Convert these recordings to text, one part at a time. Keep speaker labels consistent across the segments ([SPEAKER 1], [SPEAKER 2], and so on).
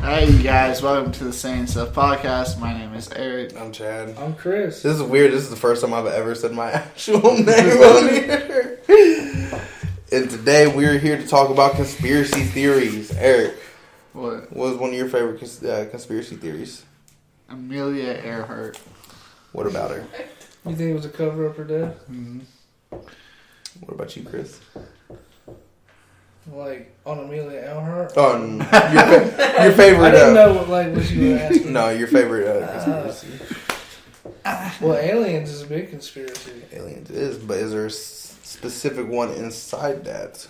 [SPEAKER 1] Hey you guys, welcome to the Saying Stuff podcast. My name is Eric.
[SPEAKER 2] I'm Chad.
[SPEAKER 3] I'm Chris.
[SPEAKER 2] This is weird. This is the first time I've ever said my actual name on here. And today we're here to talk about conspiracy theories. Eric,
[SPEAKER 1] What?
[SPEAKER 2] what was one of your favorite cons- uh, conspiracy theories?
[SPEAKER 1] Amelia Earhart.
[SPEAKER 2] What about her?
[SPEAKER 3] You think it was a cover up or death?
[SPEAKER 1] Mm-hmm.
[SPEAKER 2] What about you, Chris?
[SPEAKER 3] Like on Amelia Earhart?
[SPEAKER 2] Oh, n- your, fa- your
[SPEAKER 3] I
[SPEAKER 2] favorite.
[SPEAKER 3] didn't
[SPEAKER 2] Uh,
[SPEAKER 3] know what like what you were asking.
[SPEAKER 2] no, your favorite uh, conspiracy.
[SPEAKER 3] Well, aliens is a big conspiracy.
[SPEAKER 2] Aliens is, but is there a s- specific one inside that?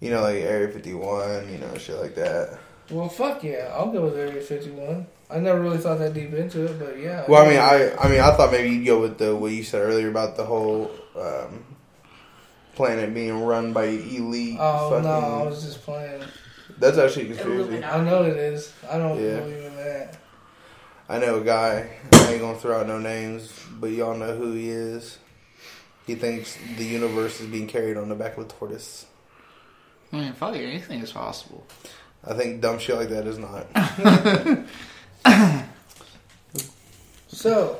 [SPEAKER 2] You know, like Area 51, you know, shit like that.
[SPEAKER 3] Well, fuck yeah, I'll go with Area 51. I never really thought that deep into it, but yeah.
[SPEAKER 2] Well, I mean, I, I mean, I thought maybe you'd go with the what you said earlier about the whole um, planet being run by elite.
[SPEAKER 3] Oh
[SPEAKER 2] fucking,
[SPEAKER 3] no, I was just playing.
[SPEAKER 2] that's actually a conspiracy.
[SPEAKER 3] I know it is. I don't
[SPEAKER 2] Yeah.
[SPEAKER 3] believe in that.
[SPEAKER 2] I know a guy. I ain't gonna throw out no names, but y'all know who he is. He thinks the universe is being carried on the back of a tortoise.
[SPEAKER 1] I mean, probably anything is possible.
[SPEAKER 2] I think dumb shit like that is not.
[SPEAKER 3] So,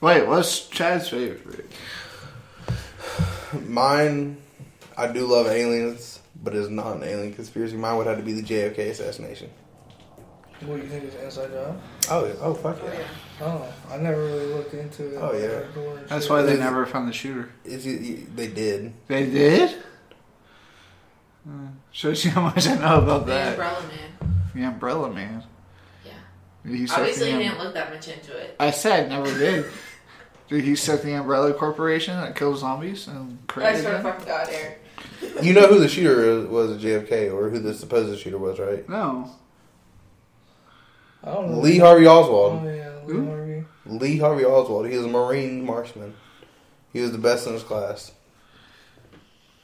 [SPEAKER 1] Wait, what's Chad's favorite?
[SPEAKER 2] Mine, I do love aliens, but it's not an alien conspiracy. Mine would have to be the JFK assassination.
[SPEAKER 3] what you think is an inside job?
[SPEAKER 2] Oh, yeah. oh, fuck yeah.
[SPEAKER 3] Oh, I never really looked into it.
[SPEAKER 2] Oh, yeah.
[SPEAKER 3] Like, door and
[SPEAKER 1] That's
[SPEAKER 3] shit.
[SPEAKER 1] why they never found the shooter.
[SPEAKER 2] It's, it, they did.
[SPEAKER 1] They did? Uh, shows you how much I know about
[SPEAKER 4] The
[SPEAKER 1] that.
[SPEAKER 4] Umbrella Man.
[SPEAKER 1] The Umbrella Man.
[SPEAKER 4] Yeah.
[SPEAKER 1] Did he set
[SPEAKER 4] Obviously,
[SPEAKER 1] the
[SPEAKER 4] you
[SPEAKER 1] um-
[SPEAKER 4] didn't look that much into it.
[SPEAKER 1] I said never did. Did he set the Umbrella Corporation that kills zombies and
[SPEAKER 4] I
[SPEAKER 1] created
[SPEAKER 4] swear to
[SPEAKER 1] them?
[SPEAKER 4] fucking God, Eric.
[SPEAKER 2] You know who the shooter was at JFK, or who the supposed shooter was, right?
[SPEAKER 1] No.
[SPEAKER 3] I don't know.
[SPEAKER 2] Lee Harvey
[SPEAKER 3] Oh,
[SPEAKER 2] Oswald.
[SPEAKER 3] yeah, Lee
[SPEAKER 1] Who?
[SPEAKER 3] Harvey.
[SPEAKER 2] Lee Harvey Oswald. He was a Marine marksman. He was the best in his class,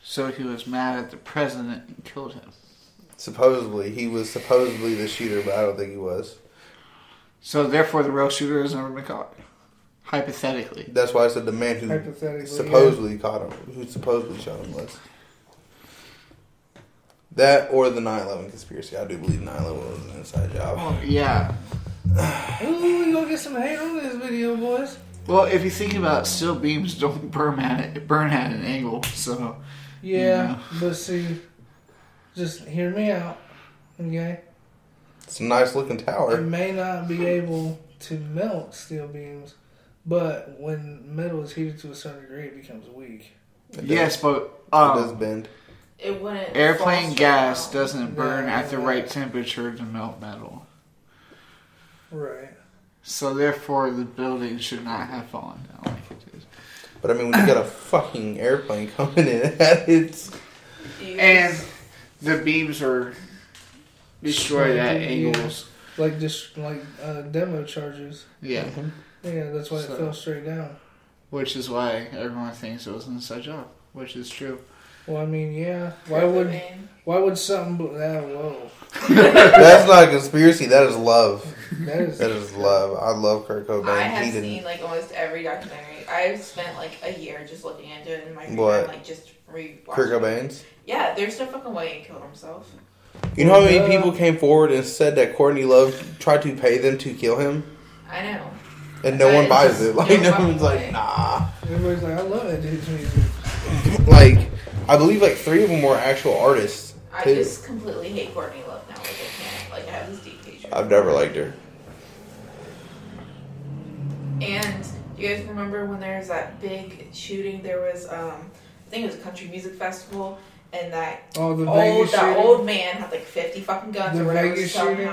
[SPEAKER 1] So he was mad at the president and killed him.
[SPEAKER 2] supposedly. He was supposedly the shooter, but I don't think he was.
[SPEAKER 1] So therefore, the real shooter has never been caught. Hypothetically,
[SPEAKER 2] That's why I said the man who
[SPEAKER 3] Hypothetically.
[SPEAKER 2] supposedly caught him, who supposedly shot him was. That or the 9/11 conspiracy. I do believe 9/11 was an inside
[SPEAKER 1] Oh.
[SPEAKER 2] job.
[SPEAKER 1] yeah.
[SPEAKER 3] Yeah. Ooh, we gonna get some hate on this video, boys.
[SPEAKER 1] Well, if you think about, it, steel beams don't burn at it, burn at an angle. So
[SPEAKER 3] Yeah, but see, just hear me out, okay?
[SPEAKER 2] It's a nice looking
[SPEAKER 3] It
[SPEAKER 2] tower.
[SPEAKER 3] may not be able to melt steel beams, but when metal is heated to a certain degree, it becomes weak.
[SPEAKER 2] It
[SPEAKER 1] yes, but
[SPEAKER 2] does, it does
[SPEAKER 1] um,
[SPEAKER 2] bend.
[SPEAKER 4] It wouldn't.
[SPEAKER 1] airplane
[SPEAKER 4] fall
[SPEAKER 1] gas
[SPEAKER 4] straight
[SPEAKER 1] doesn't burn
[SPEAKER 3] Yeah.
[SPEAKER 1] at the right temperature to melt metal.
[SPEAKER 3] Right.
[SPEAKER 1] So therefore, the building should not have fallen down like it did.
[SPEAKER 2] But I mean, when you got a fucking airplane coming in at its
[SPEAKER 4] down. You-
[SPEAKER 1] And the beams are destroyed at
[SPEAKER 3] Yeah.
[SPEAKER 1] angles.
[SPEAKER 3] Like just like uh, demo charges.
[SPEAKER 1] Yeah,
[SPEAKER 3] Yeah, that's why
[SPEAKER 1] So-
[SPEAKER 3] it fell straight down.
[SPEAKER 1] which is why everyone thinks it was an inside job, which is true.
[SPEAKER 3] Well, I mean, yeah. Why
[SPEAKER 4] Airplane
[SPEAKER 3] would
[SPEAKER 4] man.
[SPEAKER 3] why would something bo- that whoa?
[SPEAKER 2] That's not a conspiracy. That is love.
[SPEAKER 3] That is
[SPEAKER 2] That is love. I love Kurt Cobain.
[SPEAKER 4] I have
[SPEAKER 2] Oh, he didn't.
[SPEAKER 4] seen like almost every documentary. I've spent like a year just looking into it in my free
[SPEAKER 2] What?
[SPEAKER 4] time, like just re.
[SPEAKER 2] Kurt Cobain's.
[SPEAKER 4] Yeah, there's no fucking way he killed himself.
[SPEAKER 2] You know how many
[SPEAKER 3] Yeah.
[SPEAKER 2] people came forward and said that Courtney Love tried to pay them to kill him,
[SPEAKER 4] I know.
[SPEAKER 2] and no
[SPEAKER 4] That
[SPEAKER 2] one
[SPEAKER 4] is
[SPEAKER 2] buys
[SPEAKER 4] just
[SPEAKER 2] it. Like
[SPEAKER 4] no
[SPEAKER 2] no one's
[SPEAKER 4] fucking
[SPEAKER 2] like,
[SPEAKER 4] way.
[SPEAKER 2] nah.
[SPEAKER 3] everybody's like I love that dude's music.
[SPEAKER 2] Like, I believe like three of them were actual artists.
[SPEAKER 4] I
[SPEAKER 2] Too.
[SPEAKER 4] just completely hate Courtney Love now. Like I can't. Like I have this deep hatred.
[SPEAKER 2] I've never liked her.
[SPEAKER 4] And do you guys remember when there was that big shooting? There was, um, I think it was a country music festival, and that
[SPEAKER 3] Oh, the
[SPEAKER 4] old
[SPEAKER 3] Vegas
[SPEAKER 4] that
[SPEAKER 3] shooting.
[SPEAKER 4] old man had like fifty fucking guns
[SPEAKER 3] The
[SPEAKER 4] or whatever.
[SPEAKER 3] Vegas
[SPEAKER 4] somehow.
[SPEAKER 3] shooting?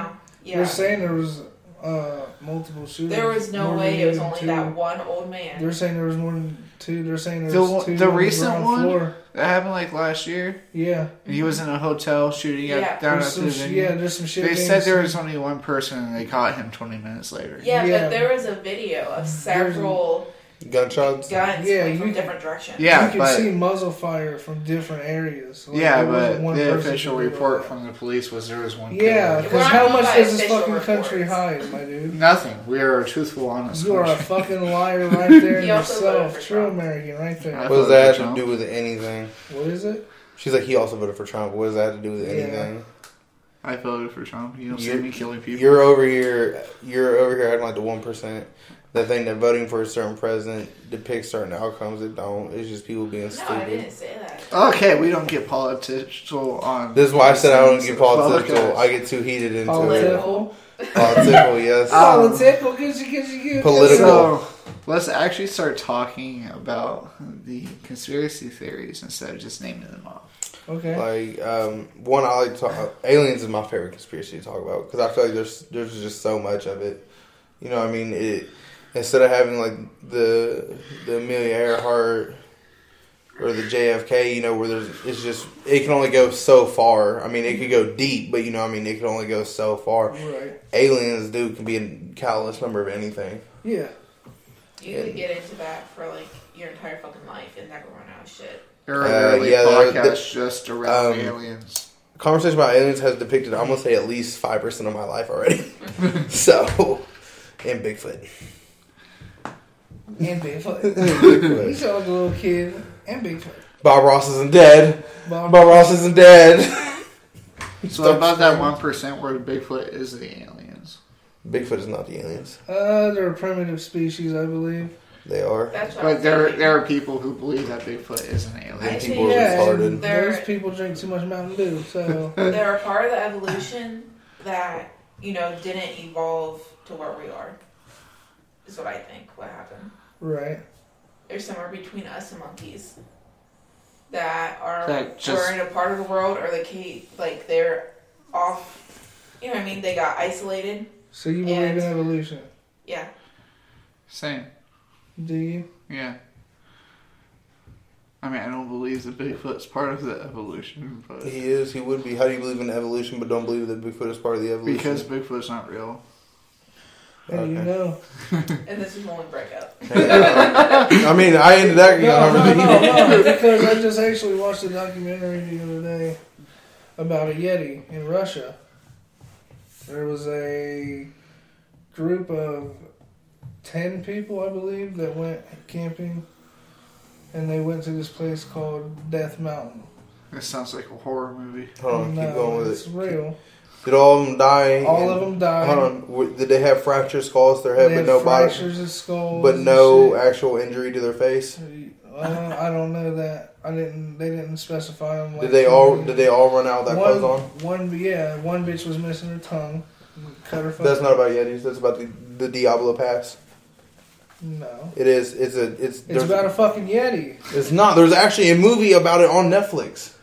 [SPEAKER 3] They're
[SPEAKER 4] Yeah,
[SPEAKER 3] saying there was uh, multiple shooters.
[SPEAKER 4] there was no
[SPEAKER 3] More
[SPEAKER 4] way
[SPEAKER 3] than
[SPEAKER 4] it was
[SPEAKER 3] two.
[SPEAKER 4] only that one old man.
[SPEAKER 3] They're saying there was more than two. They're saying there
[SPEAKER 1] The
[SPEAKER 3] was
[SPEAKER 1] one-
[SPEAKER 3] two.
[SPEAKER 1] the
[SPEAKER 3] on
[SPEAKER 1] recent
[SPEAKER 3] ground
[SPEAKER 1] one?
[SPEAKER 3] Floor.
[SPEAKER 1] That happened like last year.
[SPEAKER 3] Yeah.
[SPEAKER 1] And he was in a hotel shooting at
[SPEAKER 4] Yeah.
[SPEAKER 1] down
[SPEAKER 3] There's
[SPEAKER 1] at the
[SPEAKER 3] some sh-
[SPEAKER 1] venue.
[SPEAKER 3] yeah, there's some shit.
[SPEAKER 1] they
[SPEAKER 3] being
[SPEAKER 1] said there
[SPEAKER 3] seen.
[SPEAKER 1] was only one person, and they caught him 20 minutes later.
[SPEAKER 4] yeah,
[SPEAKER 3] Yeah.
[SPEAKER 4] but there was a video of several
[SPEAKER 2] Gunshots.
[SPEAKER 4] guns
[SPEAKER 3] Yeah,
[SPEAKER 4] like, from
[SPEAKER 3] you-
[SPEAKER 4] different directions.
[SPEAKER 1] Yeah,
[SPEAKER 3] you can
[SPEAKER 1] but
[SPEAKER 3] see muzzle fire from different areas. Like,
[SPEAKER 1] yeah,
[SPEAKER 3] there wasn't
[SPEAKER 1] but
[SPEAKER 3] one
[SPEAKER 1] the
[SPEAKER 3] person
[SPEAKER 1] official
[SPEAKER 3] who did
[SPEAKER 1] report
[SPEAKER 3] that.
[SPEAKER 1] from the police was there was one.
[SPEAKER 3] Yeah,
[SPEAKER 1] killer.
[SPEAKER 4] We're
[SPEAKER 3] because
[SPEAKER 4] not
[SPEAKER 3] how
[SPEAKER 4] going
[SPEAKER 3] much
[SPEAKER 4] by
[SPEAKER 3] does this
[SPEAKER 4] official
[SPEAKER 3] fucking country
[SPEAKER 4] reports.
[SPEAKER 3] hide, my dude?
[SPEAKER 1] nothing. We are a truthful, honest.
[SPEAKER 3] You are a
[SPEAKER 1] country.
[SPEAKER 3] fucking liar right there
[SPEAKER 4] He also voted
[SPEAKER 3] yourself.
[SPEAKER 4] for
[SPEAKER 3] True
[SPEAKER 4] Trump.
[SPEAKER 3] American right there.
[SPEAKER 1] I
[SPEAKER 2] What does
[SPEAKER 1] voted
[SPEAKER 2] that
[SPEAKER 1] for
[SPEAKER 2] have
[SPEAKER 1] Trump.
[SPEAKER 2] to do with anything?
[SPEAKER 3] What is it?
[SPEAKER 2] She's like, he also voted for Trump. What does that have to do with
[SPEAKER 3] Yeah.
[SPEAKER 2] anything?
[SPEAKER 1] I voted for Trump. You don't see
[SPEAKER 2] You're-
[SPEAKER 1] me killing people.
[SPEAKER 2] You're over here. You're over here acting like the one percent. The thing that voting for a certain president depicts certain outcomes. It don't. It's just people being
[SPEAKER 4] No, I
[SPEAKER 2] stupid.
[SPEAKER 4] didn't say that.
[SPEAKER 1] Okay, we don't get political on.
[SPEAKER 2] This is why I said I don't get
[SPEAKER 1] Well,
[SPEAKER 2] political.
[SPEAKER 1] okay.
[SPEAKER 2] I get too heated into it.
[SPEAKER 4] oh,
[SPEAKER 3] Political.
[SPEAKER 2] Political, yes.
[SPEAKER 1] Uh, Um,
[SPEAKER 3] Political. Get you, get you, get you.
[SPEAKER 2] Political.
[SPEAKER 1] So let's actually start talking about the conspiracy theories instead of just naming them off.
[SPEAKER 3] Okay.
[SPEAKER 2] Like um, one, I like to talk. Aliens is my favorite conspiracy to talk about because I feel like there's there's just so much of it. You know, what I mean, it instead of having like the the Amelia Earhart or the JFK, you know, where there's it's just it can only go so far. I mean, it could go deep, but you know, what I mean, it can only go so far.
[SPEAKER 3] Right.
[SPEAKER 2] Aliens do can be a countless number of anything.
[SPEAKER 3] Yeah.
[SPEAKER 4] You could get into that for like your entire fucking life and never run out of shit.
[SPEAKER 1] There are
[SPEAKER 2] Uh,
[SPEAKER 1] literally
[SPEAKER 2] yeah, there-
[SPEAKER 1] podcasts
[SPEAKER 2] there-
[SPEAKER 1] just around
[SPEAKER 2] um,
[SPEAKER 1] aliens.
[SPEAKER 2] Conversation about aliens has depicted, I'm gonna say, at least five percent of my life already. so, and Bigfoot.
[SPEAKER 3] And Bigfoot. You
[SPEAKER 2] Bigfoot.
[SPEAKER 3] sound like a little kid. And Bigfoot.
[SPEAKER 2] Bob Ross isn't dead.
[SPEAKER 3] Bob,
[SPEAKER 2] Bob Ross isn't dead.
[SPEAKER 1] So about that one percent where Bigfoot is the aliens.
[SPEAKER 2] Bigfoot is not the aliens.
[SPEAKER 3] Uh, they're a primitive species, I believe.
[SPEAKER 2] They are.
[SPEAKER 4] That's what
[SPEAKER 1] But
[SPEAKER 4] I'm
[SPEAKER 1] there,
[SPEAKER 4] thinking.
[SPEAKER 1] there are people who believe that Bigfoot is an
[SPEAKER 2] The
[SPEAKER 1] alien.
[SPEAKER 4] I-
[SPEAKER 2] people are
[SPEAKER 3] yeah,
[SPEAKER 2] retarded.
[SPEAKER 3] and
[SPEAKER 4] They're-
[SPEAKER 3] those people drink too much Mountain Dew, so
[SPEAKER 4] They're a part of the evolution that you know didn't evolve to where we are. Is what I think. What happened?
[SPEAKER 3] right.
[SPEAKER 4] There's somewhere between us and monkeys that are
[SPEAKER 1] That just-
[SPEAKER 4] were in a part of the world or they ca- like they're off. You know what I mean? They got isolated.
[SPEAKER 3] So you believe in
[SPEAKER 4] And-
[SPEAKER 3] evolution,
[SPEAKER 4] Yeah.
[SPEAKER 1] Same,
[SPEAKER 3] do you?
[SPEAKER 1] yeah. I mean, I don't believe that Bigfoot's part of the evolution, but
[SPEAKER 2] He is. He would be. How do you believe in evolution but don't believe that Bigfoot is part of the evolution?
[SPEAKER 1] because Bigfoot's not real.
[SPEAKER 3] How do you
[SPEAKER 2] Okay.
[SPEAKER 3] know?
[SPEAKER 4] And this is when we break up.
[SPEAKER 2] I mean, I ended that.
[SPEAKER 3] No, no,
[SPEAKER 2] conversation.
[SPEAKER 3] no, no, because I just actually watched a documentary the other day about a Yeti in Russia. There was a group of 10 people, I believe, that went camping and they went to this place called Death Mountain.
[SPEAKER 1] This sounds like a horror movie.
[SPEAKER 2] Hold on, keep
[SPEAKER 3] No,
[SPEAKER 2] going with
[SPEAKER 3] it's
[SPEAKER 2] it.
[SPEAKER 3] real.
[SPEAKER 2] Did all of them die?
[SPEAKER 3] All
[SPEAKER 2] and-
[SPEAKER 3] of them died.
[SPEAKER 2] Hold on. W- Did they have fractured skulls to their head
[SPEAKER 3] They
[SPEAKER 2] but
[SPEAKER 3] had
[SPEAKER 2] no body?
[SPEAKER 3] fractures of skulls,
[SPEAKER 2] But
[SPEAKER 3] and
[SPEAKER 2] no
[SPEAKER 3] shit.
[SPEAKER 2] actual injury to their face?
[SPEAKER 3] Uh, I don't know that. I didn't. They didn't specify them.
[SPEAKER 2] Did they all? Did they all run out with that
[SPEAKER 3] one,
[SPEAKER 2] clothes on?
[SPEAKER 3] One, yeah, one bitch was missing her tongue. Cut her.
[SPEAKER 2] That's
[SPEAKER 3] fucking-
[SPEAKER 2] not about Yetis. That's about the, the Diablo Pass.
[SPEAKER 3] No,
[SPEAKER 2] It is. It's a. It's.
[SPEAKER 3] it's
[SPEAKER 2] There's,
[SPEAKER 3] about a fucking yeti.
[SPEAKER 2] it's not. There's actually a movie about it on Netflix.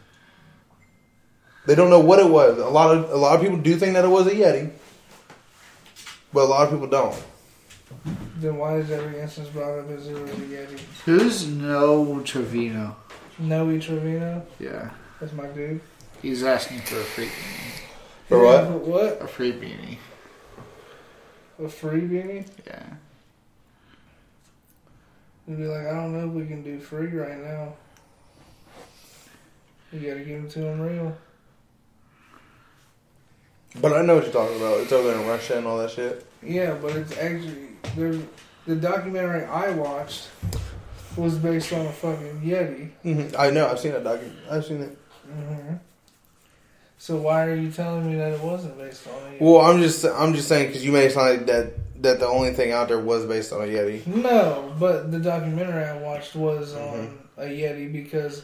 [SPEAKER 2] They don't know what it was. A lot of a lot of people do think that it was a Yeti, but a lot of people don't.
[SPEAKER 3] Then why is every instance brought up as it was a yeti?
[SPEAKER 1] Who's no Trevino?
[SPEAKER 3] Noe Trevino,
[SPEAKER 1] Yeah,
[SPEAKER 3] that's my dude.
[SPEAKER 1] he's asking for a free beanie.
[SPEAKER 2] For what?
[SPEAKER 3] What?
[SPEAKER 1] A free beanie.
[SPEAKER 3] A free beanie?
[SPEAKER 1] Yeah.
[SPEAKER 3] They'd be like, I don't know if we can do free right now. You gotta give it to them real.
[SPEAKER 2] But I know what you're talking about. It's over there in Russia and all that shit.
[SPEAKER 3] Yeah, but it's actually there's the documentary I watched was based on a fucking yeti.
[SPEAKER 2] Mhm. I know. I've seen that docu. I've seen it.
[SPEAKER 3] hmm So why are you telling me that it wasn't based on a yeti?
[SPEAKER 2] Well, I'm just. I'm just saying because you made it sound like that. That the only thing out there was based on a Yeti.
[SPEAKER 3] No, but the documentary I watched was on a Yeti because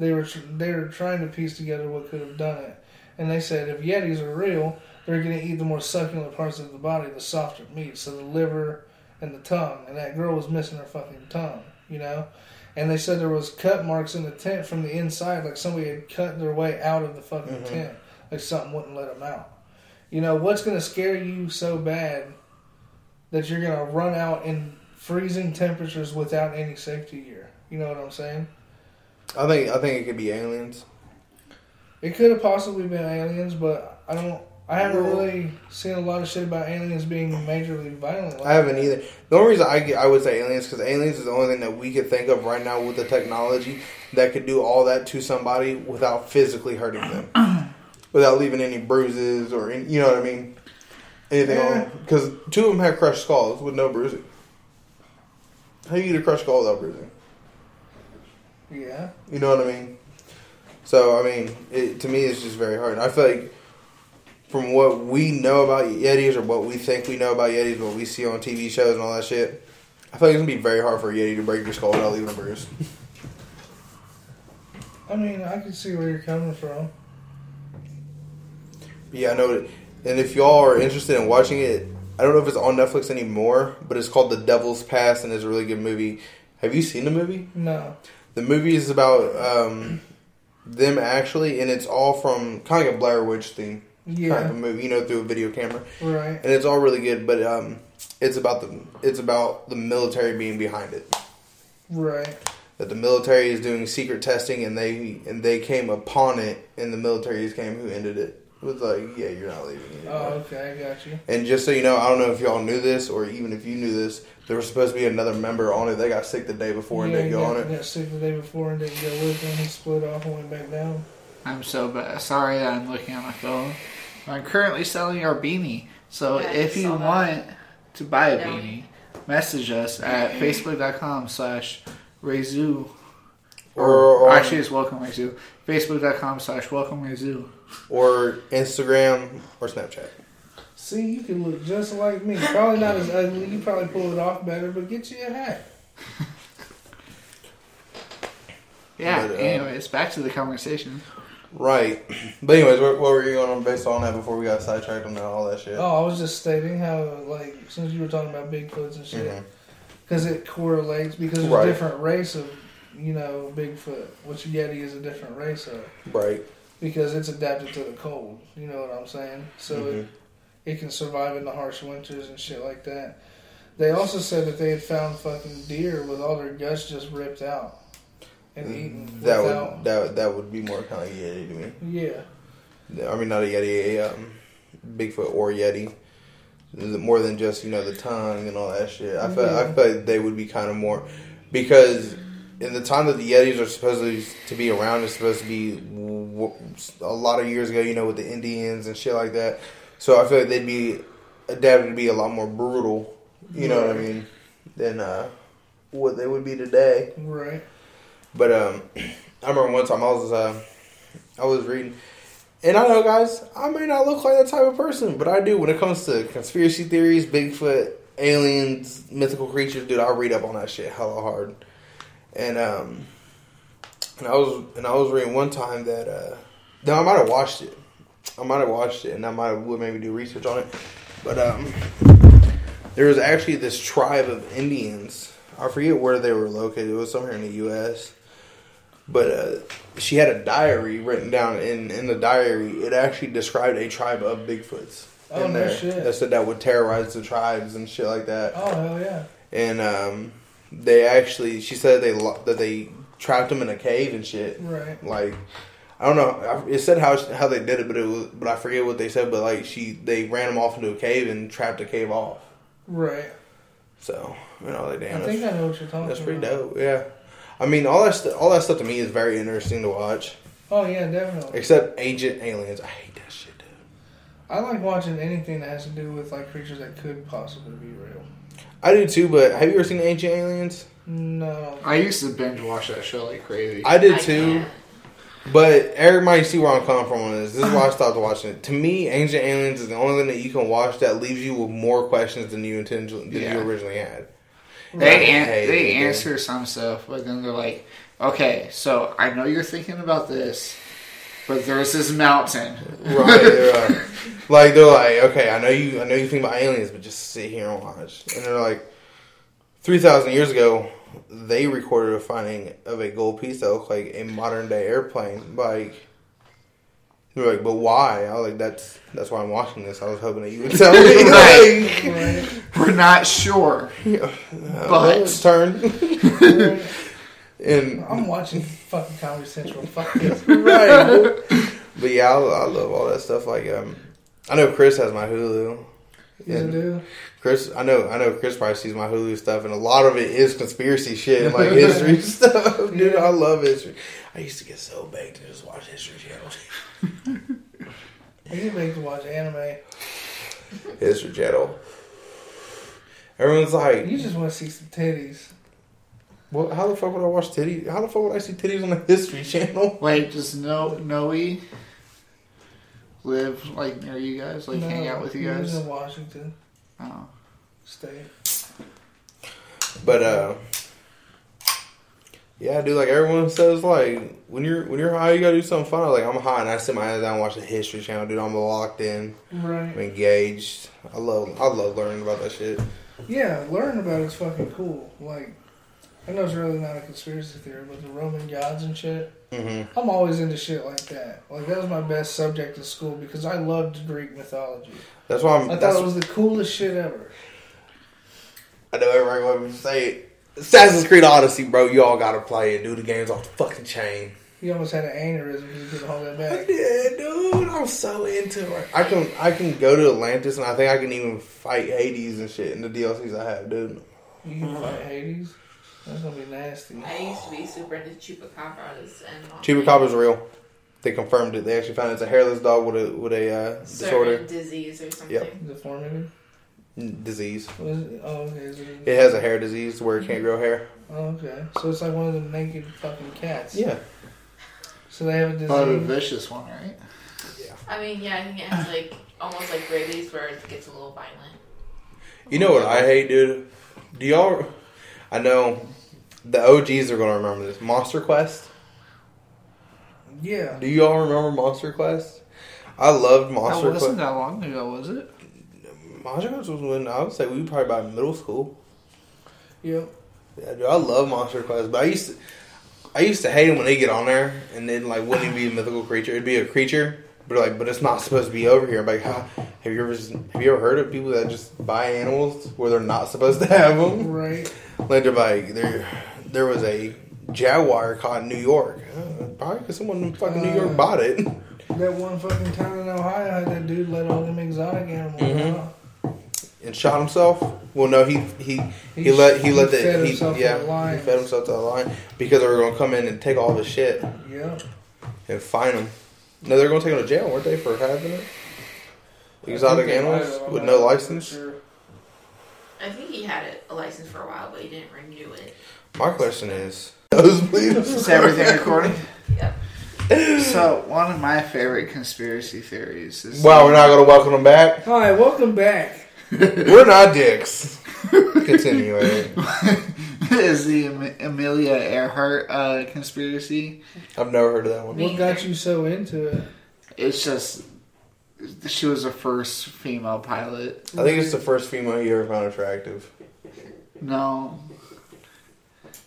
[SPEAKER 3] they were tr- they were trying to piece together what could have done it, and they said if Yetis are real, they're going to eat the more succulent parts of the body, the softer meat, so the liver and the tongue. And that girl was missing her fucking tongue, you know. And they said there was cut marks in the tent from the inside, like somebody had cut their way out of the fucking
[SPEAKER 2] Mhm.
[SPEAKER 3] tent, like something wouldn't let them out. You know what's going to scare you so bad that you're going to run out in freezing temperatures without any safety gear. You know what I'm saying?
[SPEAKER 2] I think. I think it could be aliens.
[SPEAKER 3] It could have possibly been aliens, but I don't. I haven't really seen a lot of shit about aliens being majorly violent.
[SPEAKER 2] I haven't either. The only reason I, get- I would say aliens because aliens is the only thing that we could think of right now with the technology that could do all that to somebody without physically hurting them, without leaving any bruises or any, you know what I mean. Anything
[SPEAKER 3] Yeah.
[SPEAKER 2] on because two of them had crushed skulls with no bruising. How you get a crushed skull without bruising?
[SPEAKER 3] Yeah,
[SPEAKER 2] You know what I mean? So I mean, it, to me, it's just very hard. I feel like from what we know about Yetis or what we think we know about Yetis, what we see on TV shows and all that shit, I feel like it's gonna be very hard for a Yeti to break your skull without leaving a bruise.
[SPEAKER 3] I mean, I can see where you're coming from.
[SPEAKER 2] Yeah, I know. it. And if y'all are interested in watching it, I don't know if it's on Netflix anymore, but it's called The Devil's Pass and it's a really good movie. Have you seen the movie?
[SPEAKER 3] No.
[SPEAKER 2] The movie is about um, them actually, and it's all from kind of like a Blair Witch theme kind
[SPEAKER 3] Yeah.
[SPEAKER 2] of a movie, you know, through a video camera,
[SPEAKER 3] Right.
[SPEAKER 2] and it's all really good. But um, it's about the it's about the military being behind it.
[SPEAKER 3] Right.
[SPEAKER 2] That the military is doing secret testing, and they and they came upon it, and the military came who ended it. It was like, yeah, you're not leaving. Anymore.
[SPEAKER 3] Oh, okay. I got you.
[SPEAKER 2] And just so you know, I don't know if y'all knew this or even if you knew this, there was supposed to be another member on it. They got sick the day before and
[SPEAKER 3] yeah,
[SPEAKER 2] didn't
[SPEAKER 3] he
[SPEAKER 2] go
[SPEAKER 3] got,
[SPEAKER 2] on it.
[SPEAKER 3] got sick the day before and didn't go with him. He split off and went back down.
[SPEAKER 1] I'm so bad. Sorry that I'm looking at my phone. I'm currently selling our beanie. So
[SPEAKER 4] Yeah, I
[SPEAKER 1] if you
[SPEAKER 4] saw
[SPEAKER 1] want
[SPEAKER 4] that.
[SPEAKER 1] to buy a
[SPEAKER 4] Yeah.
[SPEAKER 1] beanie, message us at facebook.com slash Rezu. Or,
[SPEAKER 2] Or, or, um,
[SPEAKER 1] actually, it's welcome Rezu. Facebook.com slash welcome Rezu.
[SPEAKER 2] or Instagram or Snapchat.
[SPEAKER 3] See, you can look just like me. Probably not as ugly. You probably pull it off better, but get you a hat.
[SPEAKER 1] Yeah,
[SPEAKER 2] But, uh,
[SPEAKER 1] anyways, back to the conversation.
[SPEAKER 2] Right. But anyways, what, what were you going on based on that before we got sidetracked on that, all that shit?
[SPEAKER 3] Oh, I was just stating how, like, since you were talking about Bigfoots and shit,
[SPEAKER 2] Mhm.
[SPEAKER 3] because it correlates, because there's
[SPEAKER 2] Right.
[SPEAKER 3] a different race of, you know, Bigfoot, which Yeti is a different race of,
[SPEAKER 2] Right.
[SPEAKER 3] because it's adapted to the cold. You know what I'm saying? So it,
[SPEAKER 2] Mm-hmm.
[SPEAKER 3] it can survive in the harsh winters and shit like that. They also said that they had found fucking deer with all their guts just ripped out and eaten.
[SPEAKER 2] Mm, That
[SPEAKER 3] Mm, without,
[SPEAKER 2] would that would- that would be more kind of Yeti to me.
[SPEAKER 3] Yeah.
[SPEAKER 2] I mean, not a Yeti, a um, Bigfoot or Yeti. The- More than just you know the tongue and all that shit. I feel I
[SPEAKER 3] Yeah.
[SPEAKER 2] feel like they would be kind of more because in the time that the Yetis are supposedly to be around is supposed to be w- a lot of years ago. You know, with the Indians and shit like that. So I feel like they'd be adapted to be a lot more brutal. You know what I mean? Than uh, what they would be today.
[SPEAKER 3] Right.
[SPEAKER 2] But um, I remember one time I was uh, I was reading, and I know guys, I may not look like that type of person, but I do when it comes to conspiracy theories, Bigfoot, aliens, mythical creatures. Dude, I read up on that shit hella hard, and um, and I was and I was reading one time that uh, no, I might have watched it, I might have watched it, and I might would maybe do research on it, but um, there was actually this tribe of Indians. I forget where they were located. It was somewhere in the U.S. But uh, she had a diary written down, and in the diary, it actually described a tribe of Bigfoots.
[SPEAKER 3] Oh,
[SPEAKER 2] in
[SPEAKER 3] no
[SPEAKER 2] there
[SPEAKER 3] shit.
[SPEAKER 2] That said that would terrorize the tribes and shit like that.
[SPEAKER 3] Oh, hell yeah.
[SPEAKER 2] And um, they actually, she said they lo- that they trapped them in a cave and shit.
[SPEAKER 3] Right.
[SPEAKER 2] Like I don't know. I- It said how how they did it, but it was but I forget what they said. But like she, they ran them off into a cave and trapped the cave off.
[SPEAKER 3] Right.
[SPEAKER 2] So you know, like damn,
[SPEAKER 3] I think
[SPEAKER 2] that's,
[SPEAKER 3] I know what you're talking
[SPEAKER 2] that's
[SPEAKER 3] about.
[SPEAKER 2] pretty dope. Yeah, I mean, all that stu all that stuff to me is very interesting to watch.
[SPEAKER 3] Oh yeah, definitely.
[SPEAKER 2] Except Ancient Aliens, I hate that shit, dude.
[SPEAKER 3] I like watching anything that has to do with like creatures that could possibly be real.
[SPEAKER 2] I do too, but have you ever seen Ancient Aliens?
[SPEAKER 3] No.
[SPEAKER 1] I used to binge watch that show like crazy.
[SPEAKER 2] I did
[SPEAKER 4] I
[SPEAKER 2] too,
[SPEAKER 4] can't.
[SPEAKER 2] but everybody see where I'm coming from on this. This is why I stopped watching it. To me, Ancient Aliens is the only thing that you can watch that leaves you with more questions than you intentionally than
[SPEAKER 1] Yeah.
[SPEAKER 2] you originally had.
[SPEAKER 1] They
[SPEAKER 2] Right.
[SPEAKER 1] an-
[SPEAKER 2] Hey,
[SPEAKER 1] they
[SPEAKER 2] yeah.
[SPEAKER 1] answer some stuff, but then they're like, "Okay, so I know you're thinking about this, but there's this mountain."
[SPEAKER 2] Right, right. Like they're like, okay, I know you, I know you think about aliens, but just sit here and watch. And they're like, three thousand years ago, they recorded a finding of a gold piece that looked like a modern day airplane. Like, they're like, but why? I was like, that's that's why I'm watching this. I was hoping that you would tell me.
[SPEAKER 1] Right.
[SPEAKER 3] Right.
[SPEAKER 1] We're not sure.
[SPEAKER 2] but it's uh, turn
[SPEAKER 3] Right.
[SPEAKER 2] and
[SPEAKER 3] I'm watching fucking Comedy Central. Fuck this.
[SPEAKER 2] right. But yeah, I, I love all that stuff. Like, um, I know Chris has my Hulu.
[SPEAKER 3] Yeah, dude.
[SPEAKER 2] Chris, I know, I know. Chris probably sees my Hulu stuff, and a lot of it is conspiracy shit, like history stuff. Dude, I love history. I used to get so baked to just watch history channel.
[SPEAKER 3] I get back to watch anime.
[SPEAKER 2] History channel. Everyone's like,
[SPEAKER 3] You just want to see some titties.
[SPEAKER 2] "Well, how the fuck would I watch titties? How the fuck would I see titties on the History Channel?"
[SPEAKER 1] Like, just no, Noe live like near you guys, like hang out with you
[SPEAKER 3] he was
[SPEAKER 1] guys?
[SPEAKER 3] in Washington
[SPEAKER 1] Oh.
[SPEAKER 3] State.
[SPEAKER 2] But uh, yeah, dude. Like everyone says, like when you're when you're high, you gotta do something fun. Like I'm high, and I sit my ass down and watch the History Channel, dude. I'm locked in. I'm
[SPEAKER 3] Right.
[SPEAKER 2] engaged. I love I love learning about that shit.
[SPEAKER 3] Yeah, learn about it's fucking cool. Like, I know it's really not a conspiracy theory, but the Roman gods and shit.
[SPEAKER 2] Mm-hmm.
[SPEAKER 3] I'm always into shit like that. Like that was my best subject in school because I loved Greek mythology.
[SPEAKER 2] That's why I'm.
[SPEAKER 3] I
[SPEAKER 2] that's
[SPEAKER 3] thought it was the coolest shit ever.
[SPEAKER 2] I know everybody wants me to say it. Assassin's Creed Odyssey, bro. You all gotta play it, dude. The game's off the fucking chain.
[SPEAKER 3] He almost had an aneurysm because he couldn't hold that
[SPEAKER 2] Yeah,
[SPEAKER 3] back.
[SPEAKER 2] dude. I'm so into it. I can I can go to Atlantis, and I think I can even fight Hades and shit in the DLCs I have, dude.
[SPEAKER 3] You can fight Hades. That's gonna be nasty.
[SPEAKER 4] I used to be super into chupacabras and all
[SPEAKER 2] Chupacabra is real. They confirmed it. They actually found it's a hairless dog with a with a uh,
[SPEAKER 4] certain
[SPEAKER 2] disorder
[SPEAKER 4] disease or something.
[SPEAKER 2] Yep.
[SPEAKER 3] Deformity.
[SPEAKER 2] N- disease.
[SPEAKER 3] What is it? Oh, okay. Is it,
[SPEAKER 2] It has a hair disease where it can't grow hair.
[SPEAKER 3] Oh, okay. So it's like one of them naked fucking cats.
[SPEAKER 2] Yeah,
[SPEAKER 3] So they have a disease.
[SPEAKER 1] But a vicious one, right?
[SPEAKER 4] I mean, yeah, I think it has like almost like rabies where it gets a little violent.
[SPEAKER 2] you know what I hate, dude. Do y'all? I know the OGs are gonna remember this. Monster Quest.
[SPEAKER 3] Yeah.
[SPEAKER 2] Do y'all remember Monster Quest? I loved Monster
[SPEAKER 1] that wasn't
[SPEAKER 2] Quest.
[SPEAKER 1] that long ago, was it?
[SPEAKER 2] Monster Quest was when I would say we were probably about middle school.
[SPEAKER 3] Yep.
[SPEAKER 2] Yeah, dude, I love Monster Quest, but I used to, I used to hate them when they get on there and then like wouldn't even be a mythical creature. It'd be a creature, but like, but it's not supposed to be over here. I'm like, huh, have you ever have you ever heard of people that just buy animals where they're not supposed to have them?
[SPEAKER 3] Right.
[SPEAKER 2] Like, they're like there, there was a jaguar caught in New York. Uh, probably because someone in fucking New
[SPEAKER 1] Uh,
[SPEAKER 2] York bought it.
[SPEAKER 3] That one fucking time in Ohio, had that dude let all them exotic animals
[SPEAKER 2] Mhm.
[SPEAKER 3] out.
[SPEAKER 2] and shot himself. Well, no, he he he,
[SPEAKER 3] He
[SPEAKER 2] let he
[SPEAKER 3] sh-
[SPEAKER 2] let
[SPEAKER 3] he
[SPEAKER 2] the
[SPEAKER 3] fed
[SPEAKER 2] he,
[SPEAKER 3] himself to
[SPEAKER 2] yeah
[SPEAKER 3] the lions.
[SPEAKER 2] he fed himself to the lion because they were gonna come in and take all the shit
[SPEAKER 3] Yep.
[SPEAKER 2] and fine him. No, they're gonna take him to jail, weren't they, for having it? Exotic
[SPEAKER 3] I think they might
[SPEAKER 2] animals
[SPEAKER 3] have, I'm
[SPEAKER 2] with
[SPEAKER 3] not
[SPEAKER 2] no
[SPEAKER 3] sure.
[SPEAKER 2] license.
[SPEAKER 4] I think he had a, a license for a while, but he didn't renew it.
[SPEAKER 2] My question is, those
[SPEAKER 1] Is everything recording?
[SPEAKER 4] Yep.
[SPEAKER 1] So one of my favorite conspiracy theories is
[SPEAKER 2] Wow, we're not gonna welcome them back.
[SPEAKER 3] All right, welcome back.
[SPEAKER 2] We're not dicks. Continue. Eric.
[SPEAKER 1] is the Am- Amelia Earhart uh, conspiracy.
[SPEAKER 2] I've never heard of that one.
[SPEAKER 4] Me
[SPEAKER 3] What got
[SPEAKER 4] either.
[SPEAKER 3] you so into it?
[SPEAKER 1] It's just she was the first female pilot.
[SPEAKER 2] I think it's the first female you ever found attractive.
[SPEAKER 1] No,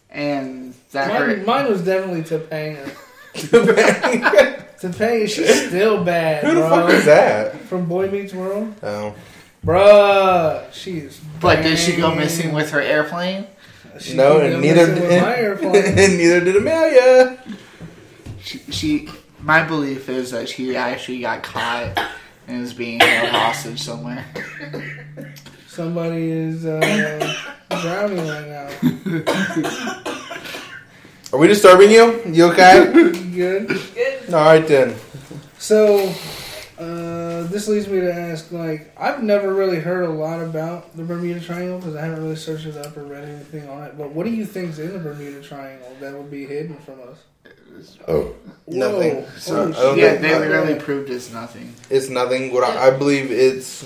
[SPEAKER 1] and that
[SPEAKER 3] Mine,
[SPEAKER 1] hurt.
[SPEAKER 3] mine was definitely Topanga.
[SPEAKER 2] Who the
[SPEAKER 3] Topanga, she's still bad, bro.
[SPEAKER 2] fuck is that?
[SPEAKER 3] From Boy Meets World,
[SPEAKER 2] Oh,
[SPEAKER 3] bruh. She's.
[SPEAKER 1] but did she go missing with her airplane?
[SPEAKER 3] She
[SPEAKER 2] no,
[SPEAKER 3] could go
[SPEAKER 2] and neither
[SPEAKER 3] missing with my airplane.
[SPEAKER 2] and neither did Amelia.
[SPEAKER 1] She, she my belief is that she actually got caught and is being held hostage somewhere.
[SPEAKER 3] Somebody is uh, drowning right now.
[SPEAKER 2] Are we disturbing you? You okay?
[SPEAKER 3] You good?
[SPEAKER 4] Good.
[SPEAKER 2] All right then.
[SPEAKER 3] So, uh, this leads me to ask, like, I've never really heard a lot about the Bermuda Triangle because I haven't really searched it up or read anything on it. But what do you think's in the Bermuda Triangle that would be hidden from us?
[SPEAKER 2] Oh, nothing.
[SPEAKER 3] Whoa.
[SPEAKER 1] So
[SPEAKER 3] Holy
[SPEAKER 2] I don't
[SPEAKER 3] shit.
[SPEAKER 1] yeah,
[SPEAKER 2] think-
[SPEAKER 1] they really proved it's nothing.
[SPEAKER 2] It's nothing. What I, I believe it's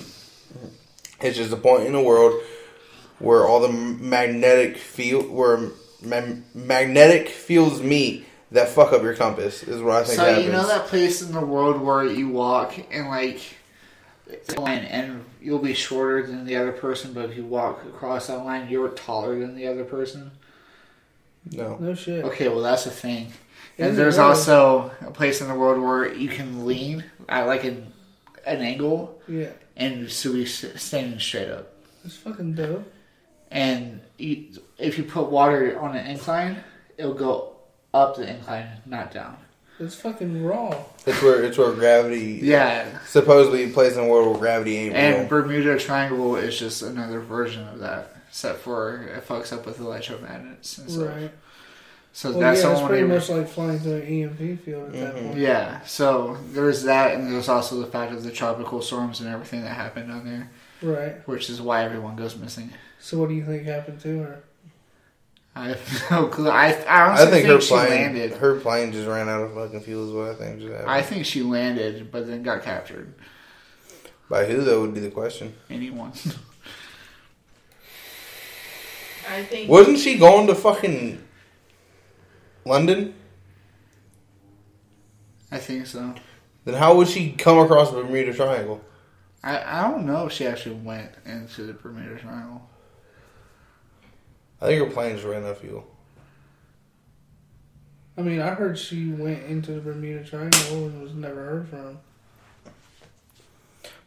[SPEAKER 2] it's just a point in the world where all the magnetic field where ma- magnetic fields meet that fuck up your compass is what I think.
[SPEAKER 1] So
[SPEAKER 2] happens.
[SPEAKER 1] you know that place in the world where you walk and like it's a line and you'll be shorter than the other person, but if you walk across that line, you're taller than the other person.
[SPEAKER 2] No.
[SPEAKER 3] No shit.
[SPEAKER 1] Okay, well that's a thing.
[SPEAKER 3] Is
[SPEAKER 1] And
[SPEAKER 3] it
[SPEAKER 1] there's
[SPEAKER 3] really?
[SPEAKER 1] also a place in the world where you can lean at like an an angle
[SPEAKER 3] Yeah,
[SPEAKER 1] and so you're s- standing straight up.
[SPEAKER 3] it's fucking dope.
[SPEAKER 1] and you, if you put water on an incline, it'll go up the incline, not down.
[SPEAKER 3] It's fucking raw.
[SPEAKER 2] It's where it's where gravity.
[SPEAKER 1] Yeah,
[SPEAKER 2] Supposedly, a place in the world where gravity ain't
[SPEAKER 1] and
[SPEAKER 2] real.
[SPEAKER 1] Bermuda Triangle is just another version of that, except for it fucks up with electromagnets and stuff.
[SPEAKER 3] Right.
[SPEAKER 1] So
[SPEAKER 3] Well,
[SPEAKER 1] that's
[SPEAKER 3] yeah,
[SPEAKER 1] the
[SPEAKER 3] it's pretty
[SPEAKER 1] one.
[SPEAKER 3] much like flying through an EMP field at that
[SPEAKER 2] Mhm.
[SPEAKER 3] point.
[SPEAKER 1] yeah, so there's that, and there's also the fact of the tropical storms and everything that happened down there,
[SPEAKER 3] Right.
[SPEAKER 1] which is why everyone goes missing.
[SPEAKER 3] So what do you think happened to her?
[SPEAKER 1] I have no clue. I, I
[SPEAKER 2] I
[SPEAKER 1] honestly
[SPEAKER 2] think
[SPEAKER 1] think,
[SPEAKER 2] her
[SPEAKER 1] she
[SPEAKER 2] plane,
[SPEAKER 1] landed.
[SPEAKER 2] her plane just ran out of fucking fuel. Is what I think just happened.
[SPEAKER 1] I think she landed, but then got captured.
[SPEAKER 2] By who though would be the question.
[SPEAKER 1] Anyone?
[SPEAKER 4] I think.
[SPEAKER 2] Wasn't she going to fucking London?
[SPEAKER 1] I think so.
[SPEAKER 2] Then how would she come across the Bermuda Triangle?
[SPEAKER 1] I, I don't know if she actually went into the Bermuda Triangle.
[SPEAKER 2] I think her plane just ran out of fuel.
[SPEAKER 3] I mean, I heard she went into the Bermuda Triangle and was never heard from.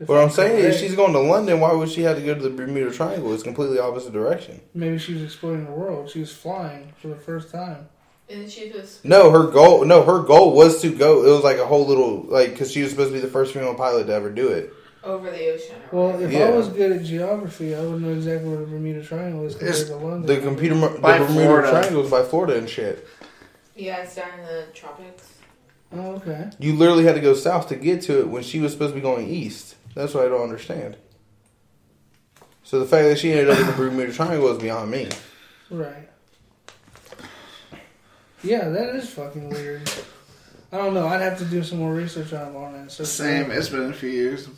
[SPEAKER 3] If
[SPEAKER 2] What I'm
[SPEAKER 3] I'm
[SPEAKER 2] saying is,
[SPEAKER 3] correct,
[SPEAKER 2] she's going to London. Why would she have to go to the Bermuda Triangle? It's completely opposite direction.
[SPEAKER 3] maybe she was exploring the world. She was flying for the first time.
[SPEAKER 4] And she was.
[SPEAKER 2] No, her goal. No, her goal was to go. It was like a whole little like because she was supposed to be the first female pilot to ever do it.
[SPEAKER 4] over the ocean. or
[SPEAKER 3] Well, if I
[SPEAKER 2] Yeah.
[SPEAKER 3] was good at geography, I would know exactly where the Bermuda Triangle is compared
[SPEAKER 2] It's-
[SPEAKER 3] to London.
[SPEAKER 2] The computer, the
[SPEAKER 1] By
[SPEAKER 2] Bermuda
[SPEAKER 1] Florida.
[SPEAKER 2] Triangle is by Florida and shit.
[SPEAKER 4] Yeah, it's down in the tropics.
[SPEAKER 3] Oh, okay.
[SPEAKER 2] You literally had to go south to get to it when she was supposed to be going east. That's what I don't understand. So the fact that she ended up in the Bermuda Triangle is beyond me.
[SPEAKER 3] Right. Yeah, that is fucking weird. I don't know. I'd have to do some more research on on it. So
[SPEAKER 1] Same. It's been a few years.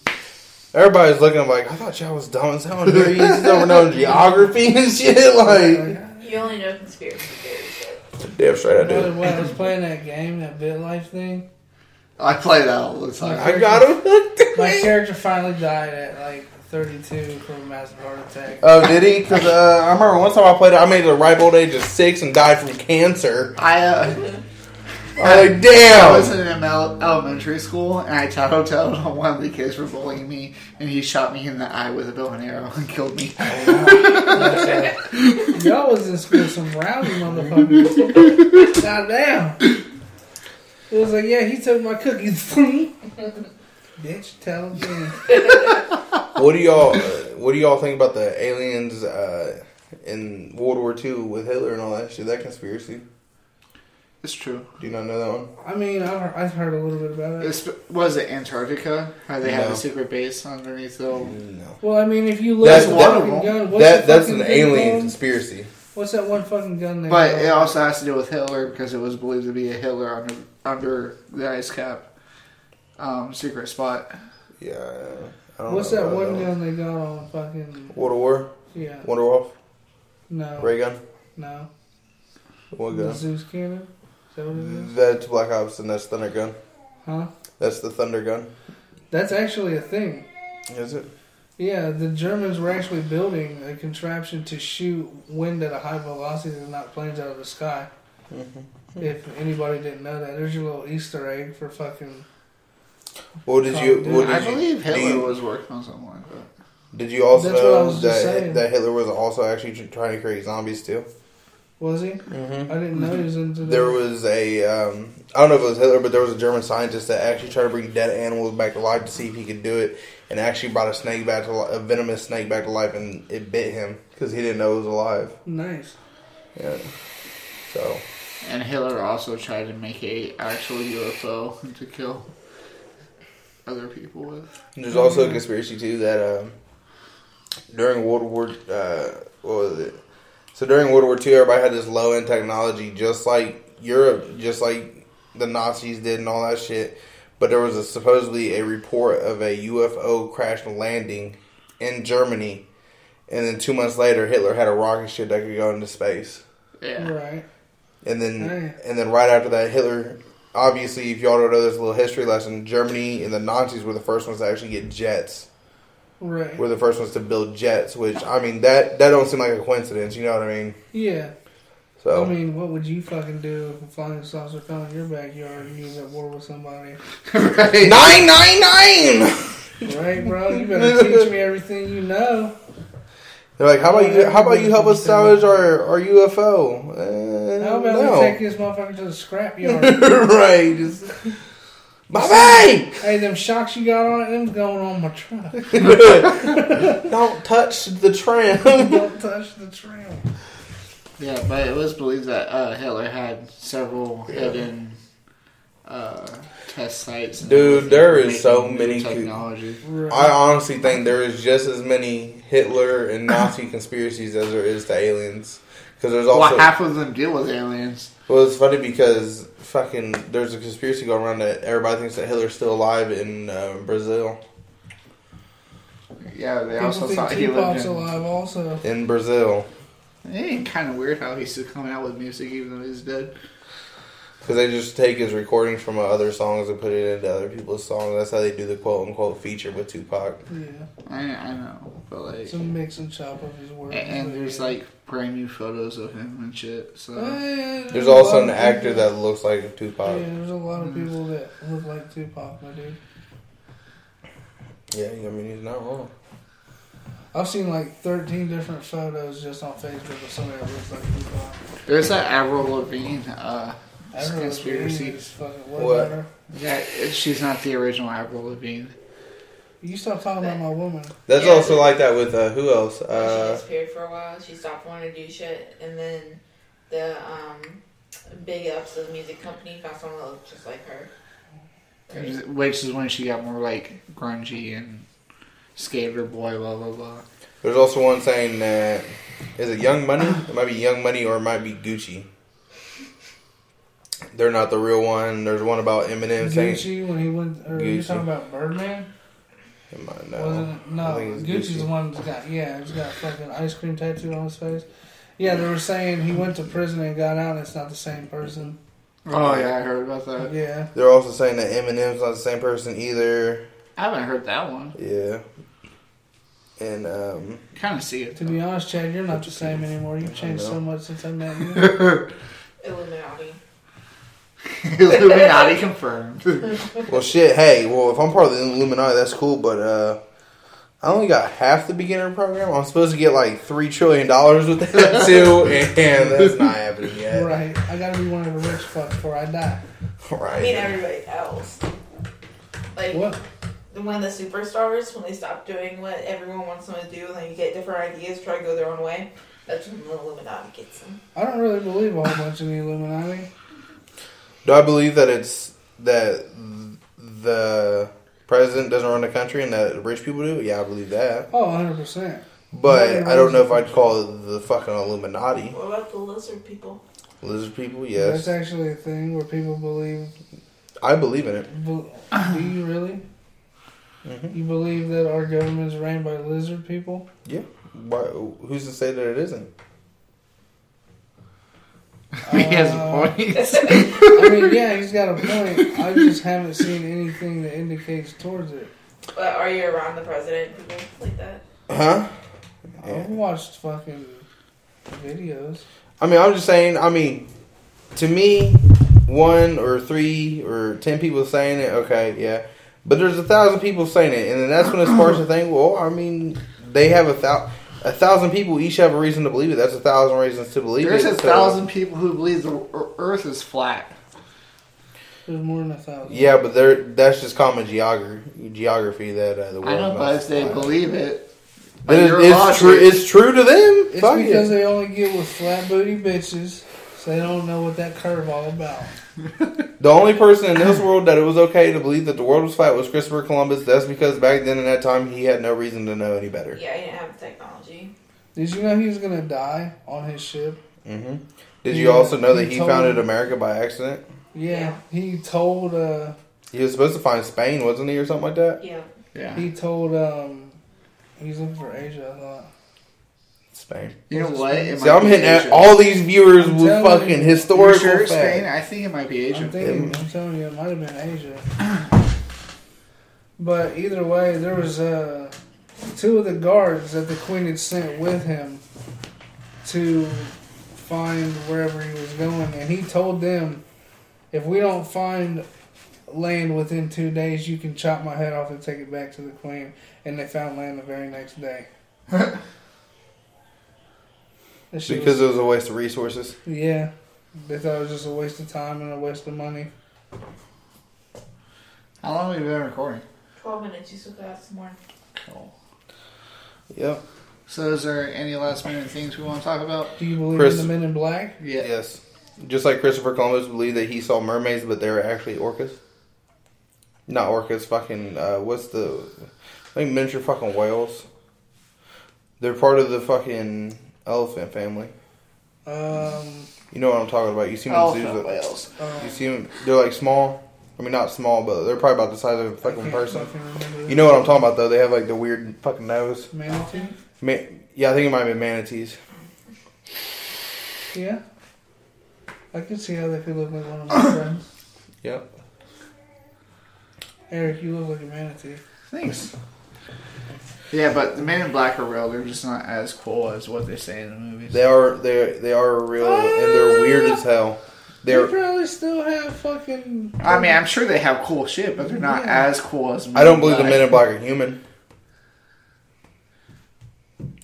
[SPEAKER 2] Everybody's looking at me like, I thought y'all was dumb and sound dirty. You just don't know geography and shit. Like,
[SPEAKER 3] Uh,
[SPEAKER 4] You only know conspiracy theories. But
[SPEAKER 2] damn straight I
[SPEAKER 3] Well,
[SPEAKER 2] do.
[SPEAKER 3] when I was playing that game, that BitLife thing,
[SPEAKER 1] I play that all the time.
[SPEAKER 2] I got him.
[SPEAKER 3] my character finally died at like 32 from a massive heart attack.
[SPEAKER 2] Oh, did he? Because uh, I remember one time I played it, I made it the ripe old age of six and died from cancer.
[SPEAKER 1] I uh,
[SPEAKER 2] I'm like,
[SPEAKER 1] I was
[SPEAKER 2] damn.
[SPEAKER 1] in ele- elementary school and I tattled on one of the kids for bullying me, and he shot me in the eye with a bow and arrow and killed me.
[SPEAKER 3] Y'all was in school some rowdy motherfuckers. Goddamn. It was like, yeah, he took my cookies from me. Bitch, tell him.
[SPEAKER 2] What do y'all? uh, What do y'all think about the aliens uh, in World War II with Hitler and all that shit? That conspiracy?
[SPEAKER 1] It's true.
[SPEAKER 2] Do you not know that one?
[SPEAKER 3] I mean, I've heard, I've heard a little bit about it.
[SPEAKER 1] It's, was it Antarctica? How they had
[SPEAKER 2] No.
[SPEAKER 1] a secret base underneath the.
[SPEAKER 2] No.
[SPEAKER 3] Well, I mean, if you look
[SPEAKER 2] That's
[SPEAKER 3] at
[SPEAKER 2] one
[SPEAKER 1] of
[SPEAKER 3] fucking
[SPEAKER 1] them.
[SPEAKER 3] gun, what's
[SPEAKER 2] That
[SPEAKER 3] the
[SPEAKER 2] that's
[SPEAKER 3] fucking
[SPEAKER 2] an
[SPEAKER 3] thing
[SPEAKER 2] alien
[SPEAKER 3] called?
[SPEAKER 2] conspiracy.
[SPEAKER 3] What's that one fucking gun? They
[SPEAKER 1] But
[SPEAKER 3] call?
[SPEAKER 1] it also has to do with Hitler because it was believed to be a Hitler under under the ice cap, um, secret spot.
[SPEAKER 2] Yeah. I don't
[SPEAKER 3] what's
[SPEAKER 2] know
[SPEAKER 3] that
[SPEAKER 2] about
[SPEAKER 3] one uh, gun they got on fucking?
[SPEAKER 2] World War,
[SPEAKER 3] Yeah,
[SPEAKER 2] Wonder Wolf,
[SPEAKER 3] no,
[SPEAKER 2] Ray gun,
[SPEAKER 3] no.
[SPEAKER 2] what
[SPEAKER 3] The
[SPEAKER 2] gun?
[SPEAKER 3] Zeus cannon. Is that what it is?
[SPEAKER 2] That's Black Ops and that's Thunder gun.
[SPEAKER 3] Huh?
[SPEAKER 2] That's the Thunder gun.
[SPEAKER 3] That's actually a thing.
[SPEAKER 2] Is it?
[SPEAKER 3] Yeah, the Germans were actually building a contraption to shoot wind at a high velocity and knock planes out of the sky.
[SPEAKER 2] Mm-hmm.
[SPEAKER 3] If anybody didn't know that, there's your little Easter egg for fucking.
[SPEAKER 2] What did you?
[SPEAKER 3] Dude,
[SPEAKER 2] What did
[SPEAKER 1] I
[SPEAKER 2] you-
[SPEAKER 1] believe
[SPEAKER 2] do
[SPEAKER 1] Hitler
[SPEAKER 2] you-
[SPEAKER 1] was working on something like that.
[SPEAKER 2] Did you also
[SPEAKER 3] That's what I
[SPEAKER 2] know
[SPEAKER 3] was just
[SPEAKER 2] that,
[SPEAKER 3] saying.
[SPEAKER 2] that Hitler was also actually tr- trying to create zombies too?
[SPEAKER 3] Was he? I
[SPEAKER 2] Mm-hmm.
[SPEAKER 3] didn't know he was into that.
[SPEAKER 2] There was a um, I don't know if it was Hitler, but there was a German scientist that actually tried to bring dead animals back to life to see if he could do it, and actually brought a snake back to li- a venomous snake back to life, and it bit him because he didn't know it was alive.
[SPEAKER 3] nice.
[SPEAKER 2] Yeah. So
[SPEAKER 1] And Hitler also tried to make a actual UFO to kill other people with.
[SPEAKER 2] there's also a conspiracy too that um, during World War uh, what was it? So during World War II, everybody had this low end technology, just like Europe, just like the Nazis did, and all that shit. But there was a, supposedly a report of a UFO crash landing in Germany, and then two months later, Hitler had a rocket ship that could go into space.
[SPEAKER 1] Yeah.
[SPEAKER 3] Right.
[SPEAKER 2] And then
[SPEAKER 3] Right.
[SPEAKER 2] and then right after that, Hitler. Obviously, if y'all don't know this little history lesson, Germany and the Nazis were the first ones to actually get jets.
[SPEAKER 3] Right.
[SPEAKER 2] We're the first ones to build jets, which I mean that that don't seem like a coincidence. You know what I mean?
[SPEAKER 3] Yeah.
[SPEAKER 2] So
[SPEAKER 3] I mean, what would you fucking do if a flying saucer fell in your backyard and you was at war with somebody?
[SPEAKER 1] right.
[SPEAKER 2] nine nine nine.
[SPEAKER 3] Right, bro? You better teach me everything you know.
[SPEAKER 2] They're like, how about you? How about you help us salvage our our UFO? Uh,
[SPEAKER 3] How about we take
[SPEAKER 2] no.
[SPEAKER 3] this motherfucker to the scrapyard?
[SPEAKER 2] right? Just, Bobby,
[SPEAKER 3] hey, them shocks you got on, them's going on my truck.
[SPEAKER 2] don't touch the tram.
[SPEAKER 3] Don't touch the trail.
[SPEAKER 1] Yeah, but it was believed that uh, Hitler had several
[SPEAKER 2] Yeah.
[SPEAKER 1] hidden uh, test sites. and
[SPEAKER 2] Dude,
[SPEAKER 1] everything
[SPEAKER 2] there
[SPEAKER 1] for
[SPEAKER 2] is so
[SPEAKER 1] making new
[SPEAKER 2] many co-
[SPEAKER 1] technology.
[SPEAKER 2] I
[SPEAKER 3] Right.
[SPEAKER 2] honestly think there is just as many Hitler and Nazi conspiracies as there is to aliens. Because there's
[SPEAKER 1] Well,
[SPEAKER 2] also
[SPEAKER 1] half of them deal with aliens.
[SPEAKER 2] Well, it's funny because fucking there's a conspiracy going around that everybody thinks that Hitler's still alive in uh, Brazil.
[SPEAKER 1] Yeah, they
[SPEAKER 3] People
[SPEAKER 1] also
[SPEAKER 3] think
[SPEAKER 1] thought he lived
[SPEAKER 3] Tupac's
[SPEAKER 1] in.
[SPEAKER 3] alive also.
[SPEAKER 2] In Brazil,
[SPEAKER 1] It kind of weird how he's still coming out with music even though he's dead.
[SPEAKER 2] because they just take his recordings from other songs and put it into other people's songs. That's how they do the quote unquote feature with Tupac.
[SPEAKER 3] Yeah.
[SPEAKER 1] I, I know, but like,
[SPEAKER 3] It's a mix and chop of his work.
[SPEAKER 1] and, and there's like uh, brand new photos of him and shit. So
[SPEAKER 2] There's also an actor that looks like
[SPEAKER 3] Yeah,
[SPEAKER 2] Tupac.
[SPEAKER 3] there's a lot of people that look like Tupac, my dude.
[SPEAKER 2] Yeah, I mean he's not wrong.
[SPEAKER 3] I've seen like 13 different photos just on Facebook of somebody that looks like Tupac.
[SPEAKER 1] there's that Avril Lavigne. Uh,
[SPEAKER 3] I
[SPEAKER 1] It's
[SPEAKER 3] really
[SPEAKER 1] conspiracy.
[SPEAKER 3] believe it's fucking
[SPEAKER 2] What?
[SPEAKER 3] whatever.
[SPEAKER 1] yeah, she's not the original Avril Lavigne.
[SPEAKER 3] You stop talking about my woman.
[SPEAKER 2] That's
[SPEAKER 4] Yeah.
[SPEAKER 2] also like that with uh, who else?
[SPEAKER 4] she
[SPEAKER 2] Uh,
[SPEAKER 4] disappeared for a while. She stopped wanting to do shit, and then the um, big ups of the music company found someone that looked just like her. Crazy.
[SPEAKER 1] Which is when she got more like grungy and skater boy, blah blah blah.
[SPEAKER 2] there's also one saying that is it Young Money? It might be Young Money or it might be Gucci. They're not the real one. There's one about Eminem saying
[SPEAKER 3] Gucci when he went, or you
[SPEAKER 2] Gucci.
[SPEAKER 3] talking about Birdman?
[SPEAKER 2] Am I-
[SPEAKER 3] Wasn't it? No,
[SPEAKER 2] I think it's
[SPEAKER 3] Gucci's the
[SPEAKER 2] Gucci.
[SPEAKER 3] one that's got yeah, he's got fucking ice cream tattooed on his face. Yeah, they were saying he went to prison and got out. and It's not the same person.
[SPEAKER 1] Oh yeah, I heard about that.
[SPEAKER 3] Yeah,
[SPEAKER 2] They're also saying that Eminem's not the same person either.
[SPEAKER 1] I haven't heard that one.
[SPEAKER 2] Yeah. And um,
[SPEAKER 1] Kind of see it.
[SPEAKER 3] to be honest, Chad, you're not the same anymore. You've changed so much since I met you.
[SPEAKER 4] Illuminati.
[SPEAKER 1] Illuminati confirmed.
[SPEAKER 2] well, shit. Hey, well, if I'm part of the Illuminati, that's cool. But uh, I only got half the beginner program. I'm supposed to get like three trillion dollars with that too, and that's not happening yet. Right.
[SPEAKER 3] Right, I gotta be one of the rich fuck before I die.
[SPEAKER 4] I mean everybody else. Like
[SPEAKER 3] What?
[SPEAKER 4] when the superstars, when they stop doing what everyone wants them to do, and then you get different ideas, try to go their own way. That's when the Illuminati gets them.
[SPEAKER 3] I don't really believe a whole bunch in the Illuminati.
[SPEAKER 2] Do I believe that it's that the president doesn't run the country and that rich people do? Yeah, I believe that.
[SPEAKER 3] Oh, 100 percent.
[SPEAKER 2] But I don't know if I'd call it the fucking Illuminati.
[SPEAKER 4] What about the lizard people?
[SPEAKER 2] Lizard people,
[SPEAKER 3] That's
[SPEAKER 2] yes.
[SPEAKER 3] actually a thing where people believe.
[SPEAKER 2] I believe in it.
[SPEAKER 3] bel- Do you really? You believe that our government's ran by lizard people?
[SPEAKER 2] Mm-hmm. Why, who's to say that it isn't?
[SPEAKER 1] he has
[SPEAKER 3] Uh,
[SPEAKER 1] points.
[SPEAKER 3] I mean, yeah, he's got a point. I just haven't seen anything that indicates towards it.
[SPEAKER 4] But are you around the president? People like that.
[SPEAKER 2] Huh?
[SPEAKER 3] I've watched fucking videos.
[SPEAKER 2] I mean, I'm just saying. I mean, to me, one or three or ten people saying it, okay, yeah. But there's a thousand people saying it, and then that's when it sparks the thing. Well, I mean, they have a thousand, a thousand people each have a reason to believe it. That's a thousand reasons to believe
[SPEAKER 1] There's
[SPEAKER 2] it.
[SPEAKER 1] a
[SPEAKER 2] so-
[SPEAKER 1] thousand people who believe the Ear- Earth is flat.
[SPEAKER 3] There's more than a thousand.
[SPEAKER 2] Yeah, but they're that's just common geography. Geography that uh, the world.
[SPEAKER 1] I know, but
[SPEAKER 2] must
[SPEAKER 1] if they
[SPEAKER 2] fly.
[SPEAKER 1] believe it, by
[SPEAKER 2] Then
[SPEAKER 1] your
[SPEAKER 2] it's,
[SPEAKER 1] logic-
[SPEAKER 2] true. It's true to them.
[SPEAKER 3] It's
[SPEAKER 2] Fuck
[SPEAKER 3] because
[SPEAKER 2] it.
[SPEAKER 3] they only get with flat booty bitches, so they don't know what that curve all about.
[SPEAKER 2] The only person in this world that it was okay to believe that the world was flat was Christopher Columbus. That's because back then in that time he had no reason to know any better.
[SPEAKER 4] Yeah, you didn't have technology.
[SPEAKER 3] Did you know he was gonna die on his ship?
[SPEAKER 2] hmm Did you
[SPEAKER 3] Yeah,
[SPEAKER 2] also know that
[SPEAKER 3] he
[SPEAKER 2] he
[SPEAKER 3] told
[SPEAKER 2] founded
[SPEAKER 3] him-
[SPEAKER 2] America by accident?
[SPEAKER 3] Yeah, he told uh
[SPEAKER 2] He was supposed to find Spain, wasn't he, or something like that?
[SPEAKER 4] Yeah.
[SPEAKER 1] Yeah.
[SPEAKER 3] he told um he's looking for Asia. I thought.
[SPEAKER 2] Spain.
[SPEAKER 1] You know what? It
[SPEAKER 2] See, I'm
[SPEAKER 1] be
[SPEAKER 2] hitting at
[SPEAKER 1] Asia.
[SPEAKER 2] all these viewers
[SPEAKER 3] I'm
[SPEAKER 2] with
[SPEAKER 3] telling you.
[SPEAKER 2] fucking
[SPEAKER 3] You're
[SPEAKER 1] You're
[SPEAKER 2] historical
[SPEAKER 1] sure it's Spain?
[SPEAKER 2] facts.
[SPEAKER 1] I think it might be
[SPEAKER 3] I'm
[SPEAKER 1] Asia.
[SPEAKER 3] thinking, I'm telling you, it might have been Asia. but either way, there was uh, two of the guards that the queen had sent with him to find wherever he was going, and he told them, "If we don't find land within two days, you can chop my head off and take it back to the queen." And they found land the very next day. This shit was
[SPEAKER 2] Because it was a waste of resources.
[SPEAKER 3] yeah. They thought it was just a waste of time and a waste of money.
[SPEAKER 1] How long have we been recording?
[SPEAKER 4] Twelve minutes. You still could have some more.
[SPEAKER 1] Cool.
[SPEAKER 2] Yep.
[SPEAKER 1] So, is there any last minute things we want to talk about?
[SPEAKER 3] Do you believe
[SPEAKER 2] Chris-
[SPEAKER 3] in the men in black?
[SPEAKER 1] Yeah.
[SPEAKER 2] Yes. Just like Christopher Columbus believed that he saw mermaids, but they were actually orcas. Not orcas, fucking, uh, what's the, I think miniature fucking whales. They're part of the fucking elephant family.
[SPEAKER 3] Oh, Um,
[SPEAKER 2] You know what I'm talking about. You see them in zoos
[SPEAKER 1] Elephant
[SPEAKER 2] with,
[SPEAKER 1] whales.
[SPEAKER 3] um,
[SPEAKER 2] you see them. They're like small. I mean, not small, but they're probably about the size of a
[SPEAKER 3] I
[SPEAKER 2] fucking
[SPEAKER 3] can't
[SPEAKER 2] person.
[SPEAKER 3] fucking remember
[SPEAKER 2] You know what I'm talking about though. They have like the weird fucking nose.
[SPEAKER 3] the- Manatee?
[SPEAKER 2] Ma yeah, I think it might have been manatees.
[SPEAKER 3] Yeah. I can see how they could look like one of my friends.
[SPEAKER 2] Yep.
[SPEAKER 3] Eric, you look like a manatee.
[SPEAKER 1] Thanks. Yeah, but the Men in Black are real. They're just not as cool as what they say in the movies.
[SPEAKER 2] They are they they are real and they're weird as hell.
[SPEAKER 3] They
[SPEAKER 2] They're
[SPEAKER 3] probably still have fucking.
[SPEAKER 1] I mean, I'm sure they have cool shit, but they're not
[SPEAKER 3] Yeah.
[SPEAKER 1] as cool as. Men
[SPEAKER 2] I don't believe the Men in
[SPEAKER 1] Black.
[SPEAKER 2] Black are human.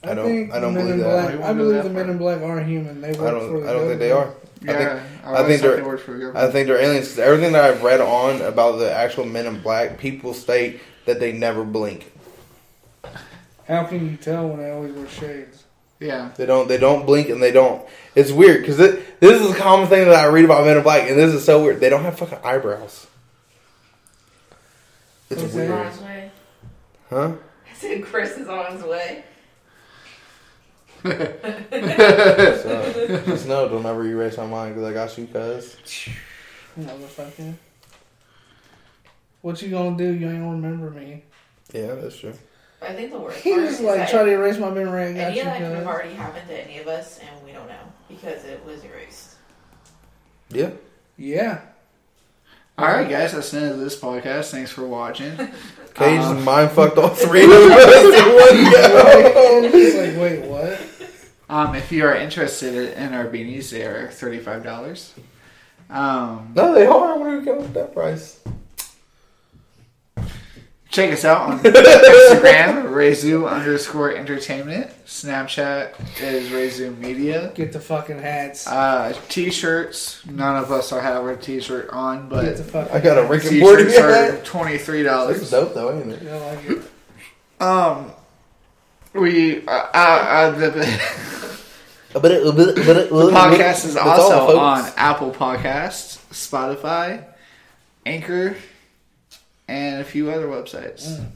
[SPEAKER 2] I don't-
[SPEAKER 3] think
[SPEAKER 2] I don't
[SPEAKER 3] men
[SPEAKER 2] believe
[SPEAKER 3] in
[SPEAKER 2] that.
[SPEAKER 1] Why
[SPEAKER 3] Black,
[SPEAKER 1] would
[SPEAKER 3] I
[SPEAKER 1] we
[SPEAKER 3] believe
[SPEAKER 1] go
[SPEAKER 3] the
[SPEAKER 1] that
[SPEAKER 3] men in black are human. They work
[SPEAKER 2] I
[SPEAKER 3] for
[SPEAKER 2] don't
[SPEAKER 3] the
[SPEAKER 2] I don't think
[SPEAKER 3] government.
[SPEAKER 2] they are. I think
[SPEAKER 1] Yeah, I,
[SPEAKER 2] I think
[SPEAKER 1] think
[SPEAKER 2] they're-
[SPEAKER 1] they work for the government.
[SPEAKER 2] I think they're aliens. 'cause everything that I've read on about the actual Men in Black, people state that they never blink.
[SPEAKER 3] How can you tell when they always wear shades?
[SPEAKER 1] yeah,
[SPEAKER 2] They don't. They don't blink, and they don't. It's weird because it, this is a common thing that I read about Men in Black, and this is so weird. They don't have fucking eyebrows. It's
[SPEAKER 3] What's
[SPEAKER 4] Chris is on
[SPEAKER 2] weird,
[SPEAKER 4] his way.
[SPEAKER 2] huh?
[SPEAKER 4] I said Chris is on his way.
[SPEAKER 2] So, just know, don't ever erase my mind because I got you, cuz.
[SPEAKER 3] Motherfucker. What you gonna do? You ain't gonna remember me.
[SPEAKER 2] Yeah, that's true.
[SPEAKER 4] But I think the worst
[SPEAKER 3] He
[SPEAKER 4] part
[SPEAKER 3] was
[SPEAKER 4] is
[SPEAKER 3] like
[SPEAKER 4] that
[SPEAKER 3] trying to erase my memory. I got
[SPEAKER 4] any
[SPEAKER 3] you,
[SPEAKER 4] of that could have
[SPEAKER 3] cuz.
[SPEAKER 4] already happened to any of us, and we don't know because it was erased.
[SPEAKER 2] Yeah.
[SPEAKER 3] Yeah.
[SPEAKER 1] All right, guys, that's the end of this podcast. Thanks for watching.
[SPEAKER 2] Cage
[SPEAKER 1] Uh.
[SPEAKER 2] mind fucked all three of us in one go.
[SPEAKER 3] And He's like, wait, what?
[SPEAKER 1] Um, if you are interested in our beanies, they are thirty-five dollars. Um,
[SPEAKER 2] No, they are. What are we going with that price?
[SPEAKER 1] check us out on Instagram, Rezu underscore Entertainment. Snapchat is Rezu Media.
[SPEAKER 3] Get the fucking hats.
[SPEAKER 1] Uh, t-shirts. None of us will have our t-shirt on,
[SPEAKER 3] Get the
[SPEAKER 1] but
[SPEAKER 3] fucking.
[SPEAKER 2] I got a Rick and Morty
[SPEAKER 1] t-shirts are
[SPEAKER 2] hat.
[SPEAKER 1] twenty-three
[SPEAKER 2] This is
[SPEAKER 1] dollars.
[SPEAKER 2] dope though, ain't it?
[SPEAKER 3] I like it.
[SPEAKER 1] Um, we uh, uh, uh, the.
[SPEAKER 2] But it, but it, but it,
[SPEAKER 1] The podcast is also on Apple Podcasts, Spotify, Anchor, and a few other websites. And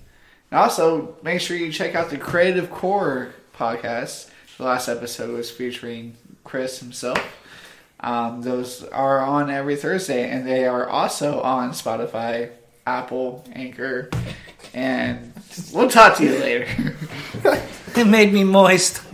[SPEAKER 1] also, make sure you check out the Creative Core podcast. The last episode was featuring Chris himself. Um, those are on every Thursday, and they are also on Spotify, Apple, Anchor, and we'll talk to you later.
[SPEAKER 3] It made me moist.